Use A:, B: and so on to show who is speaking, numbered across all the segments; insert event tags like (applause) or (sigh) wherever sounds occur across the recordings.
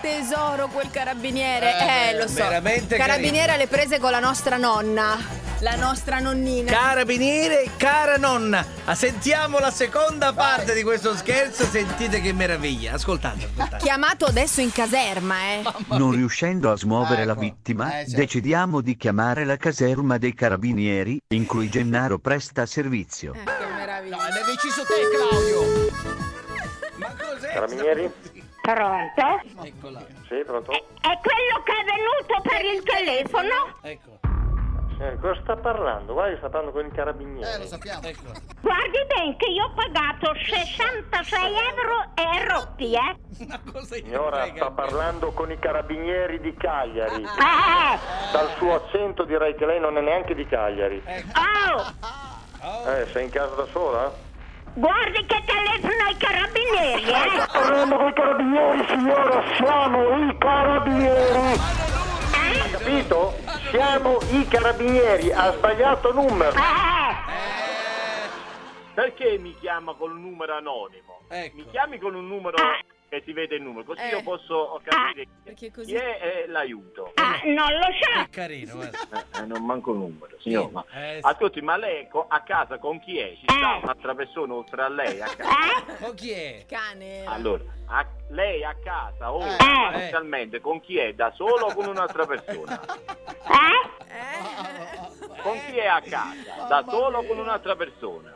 A: tesoro quel carabiniere. Eh,
B: Eh,
A: lo so.
B: veramente
A: carabiniere
B: carino.
A: alle prese con la nostra nonna. La nostra nonnina.
B: Carabiniere, cara nonna, ah, sentiamo la seconda parte di questo scherzo, sentite che meraviglia, ascoltate, ascoltate.
A: Chiamato adesso in caserma, eh.
C: Non riuscendo a smuovere la
D: Ecco.
C: vittima,
D: Eh, certo.
C: decidiamo di chiamare la caserma dei carabinieri, in cui Gennaro presta servizio.
A: Eh, che meraviglia.
D: No, l'hai deciso te, Claudio.
B: Ma cos'è?
E: Carabinieri?
F: Pronto?
B: Eccola,
E: Sì, pronto?
F: È quello che è venuto per il telefono?
B: eccola,
E: Eh, cosa sta parlando? Guarda che sta parlando con il carabiniere.
D: Eh, lo sappiamo.
B: eccola. (laughs)
F: Guardi bene che io ho pagato 66 euro e rotti, eh?
B: Una cosa che
E: Signora,
B: frega.
E: sta parlando con i carabinieri di Cagliari.
F: Eh!
E: Dal suo accento direi che lei non è neanche di Cagliari.
F: Oh!
E: Eh, sei in casa da sola?
F: Guardi che telefono ai carabinieri, eh?
E: Parlando con i carabinieri, signora, siamo i carabinieri.
F: Eh?
E: Ah, Capito? Siamo i carabinieri, ha sbagliato numero.
F: Eh!
G: Perché mi chiama con un numero anonimo?
B: Ecco.
G: Mi chiami con un numero
E: Ah.
G: che si vede il numero, così
A: Eh.
G: io posso capire
A: Perché
G: chi
A: così.
G: è e l'aiuto.
F: Ah, non lo so!
B: Che carino, guarda.
G: Eh, non manco numero, signor. Ma...
B: Eh,
G: A tutti, ma lei co- a casa con chi è? Ci sta
F: Eh.
G: un'altra persona oltre a lei a casa?
F: Eh?
B: ma chi è?
A: Cane.
G: Allora, a- lei a casa ora,
F: Eh.
G: sostanzialmente, con chi è? Da solo o con un'altra persona?
F: Eh?
A: Eh.
G: Con chi è a casa? Da solo o con un'altra persona?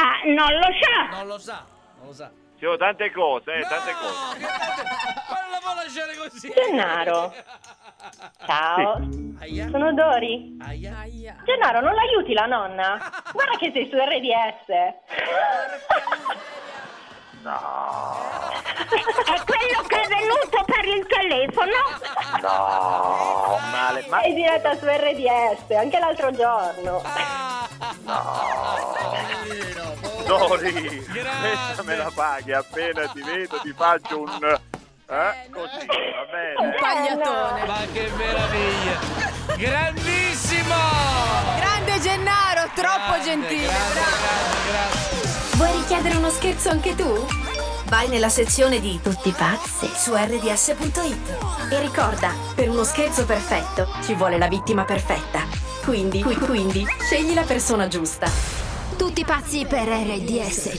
F: Ah, non lo so!
B: Non lo sa, non lo sa.
G: Ci sono tante cose, eh,
B: No,
G: tante cose.
B: che tante- Ma non la può lasciare così.
H: Gennaro. Ciao,
B: Aia,
H: sono Dori.
B: aia.
A: Aia.
H: Gennaro, non l'aiuti la nonna? Guarda che sei su RDS.
F: È quello che è venuto per il telefono?
G: No, male, ma
H: Sei diretta su RDS, anche l'altro giorno.
G: Dori,
B: Grande.
G: questa me la paghi, appena ti vedo ti faccio un... Eh, così, va
A: Un
G: bene. eh.
A: pagliatone.
B: Ma che meraviglia. Grandissimo.
A: Grande Gennaro, troppo
B: Grande,
A: gentile.
B: grande,
A: bravo.
B: grande, grande.
I: Vuoi richiedere uno scherzo anche tu? Vai nella sezione di Tutti pazzi su rds.it e ricorda, per uno scherzo perfetto ci vuole la vittima perfetta. Quindi, qui- quindi, scegli la persona giusta.
J: Tutti pazzi per RDS.